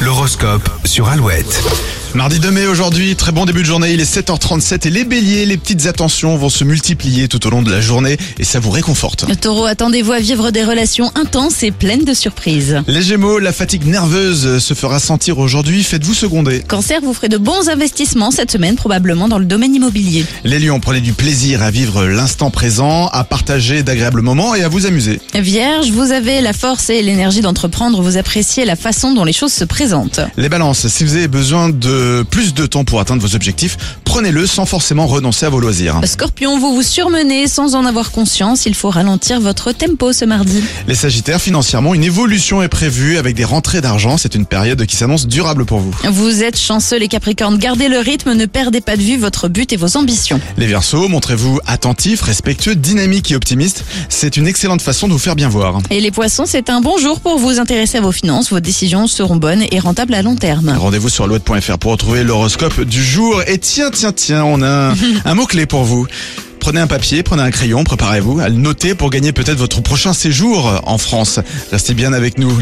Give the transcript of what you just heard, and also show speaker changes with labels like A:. A: l'horoscope sur Alouette.
B: Mardi 2 mai aujourd'hui, très bon début de journée, il est 7h37 et les béliers, les petites attentions vont se multiplier tout au long de la journée et ça vous réconforte.
C: Taureau, attendez-vous à vivre des relations intenses et pleines de surprises.
B: Les gémeaux, la fatigue nerveuse se fera sentir aujourd'hui, faites-vous seconder.
C: Cancer, vous ferez de bons investissements cette semaine, probablement dans le domaine immobilier.
B: Les lions, prenez du plaisir à vivre l'instant présent, à partager d'agréables moments et à vous amuser.
C: Vierge, vous avez la force et l'énergie d'entreprendre, vous appréciez la façon dont les choses se présentent.
B: Les balances, si vous avez besoin de plus de temps pour atteindre vos objectifs, prenez-le sans forcément renoncer à vos loisirs.
C: Scorpion, vous vous surmenez sans en avoir conscience, il faut ralentir votre tempo ce mardi.
B: Les sagittaires, financièrement, une évolution est prévue avec des rentrées d'argent, c'est une période qui s'annonce durable pour vous.
C: Vous êtes chanceux les Capricornes, gardez le rythme, ne perdez pas de vue votre but et vos ambitions.
B: Les Verseaux, montrez-vous attentifs, respectueux, dynamiques et optimistes. C'est une excellente façon de vous faire bien voir.
C: Et les poissons, c'est un bon jour pour vous intéresser à vos finances, vos décisions seront bonnes et rentables à long terme.
B: Rendez-vous sur alouette.fr pour retrouver l'horoscope du jour. Et tiens, tiens, tiens, on a un, un mot-clé pour vous. Prenez un papier, prenez un crayon, préparez-vous à le noter pour gagner peut-être votre prochain séjour en France. Restez bien avec nous.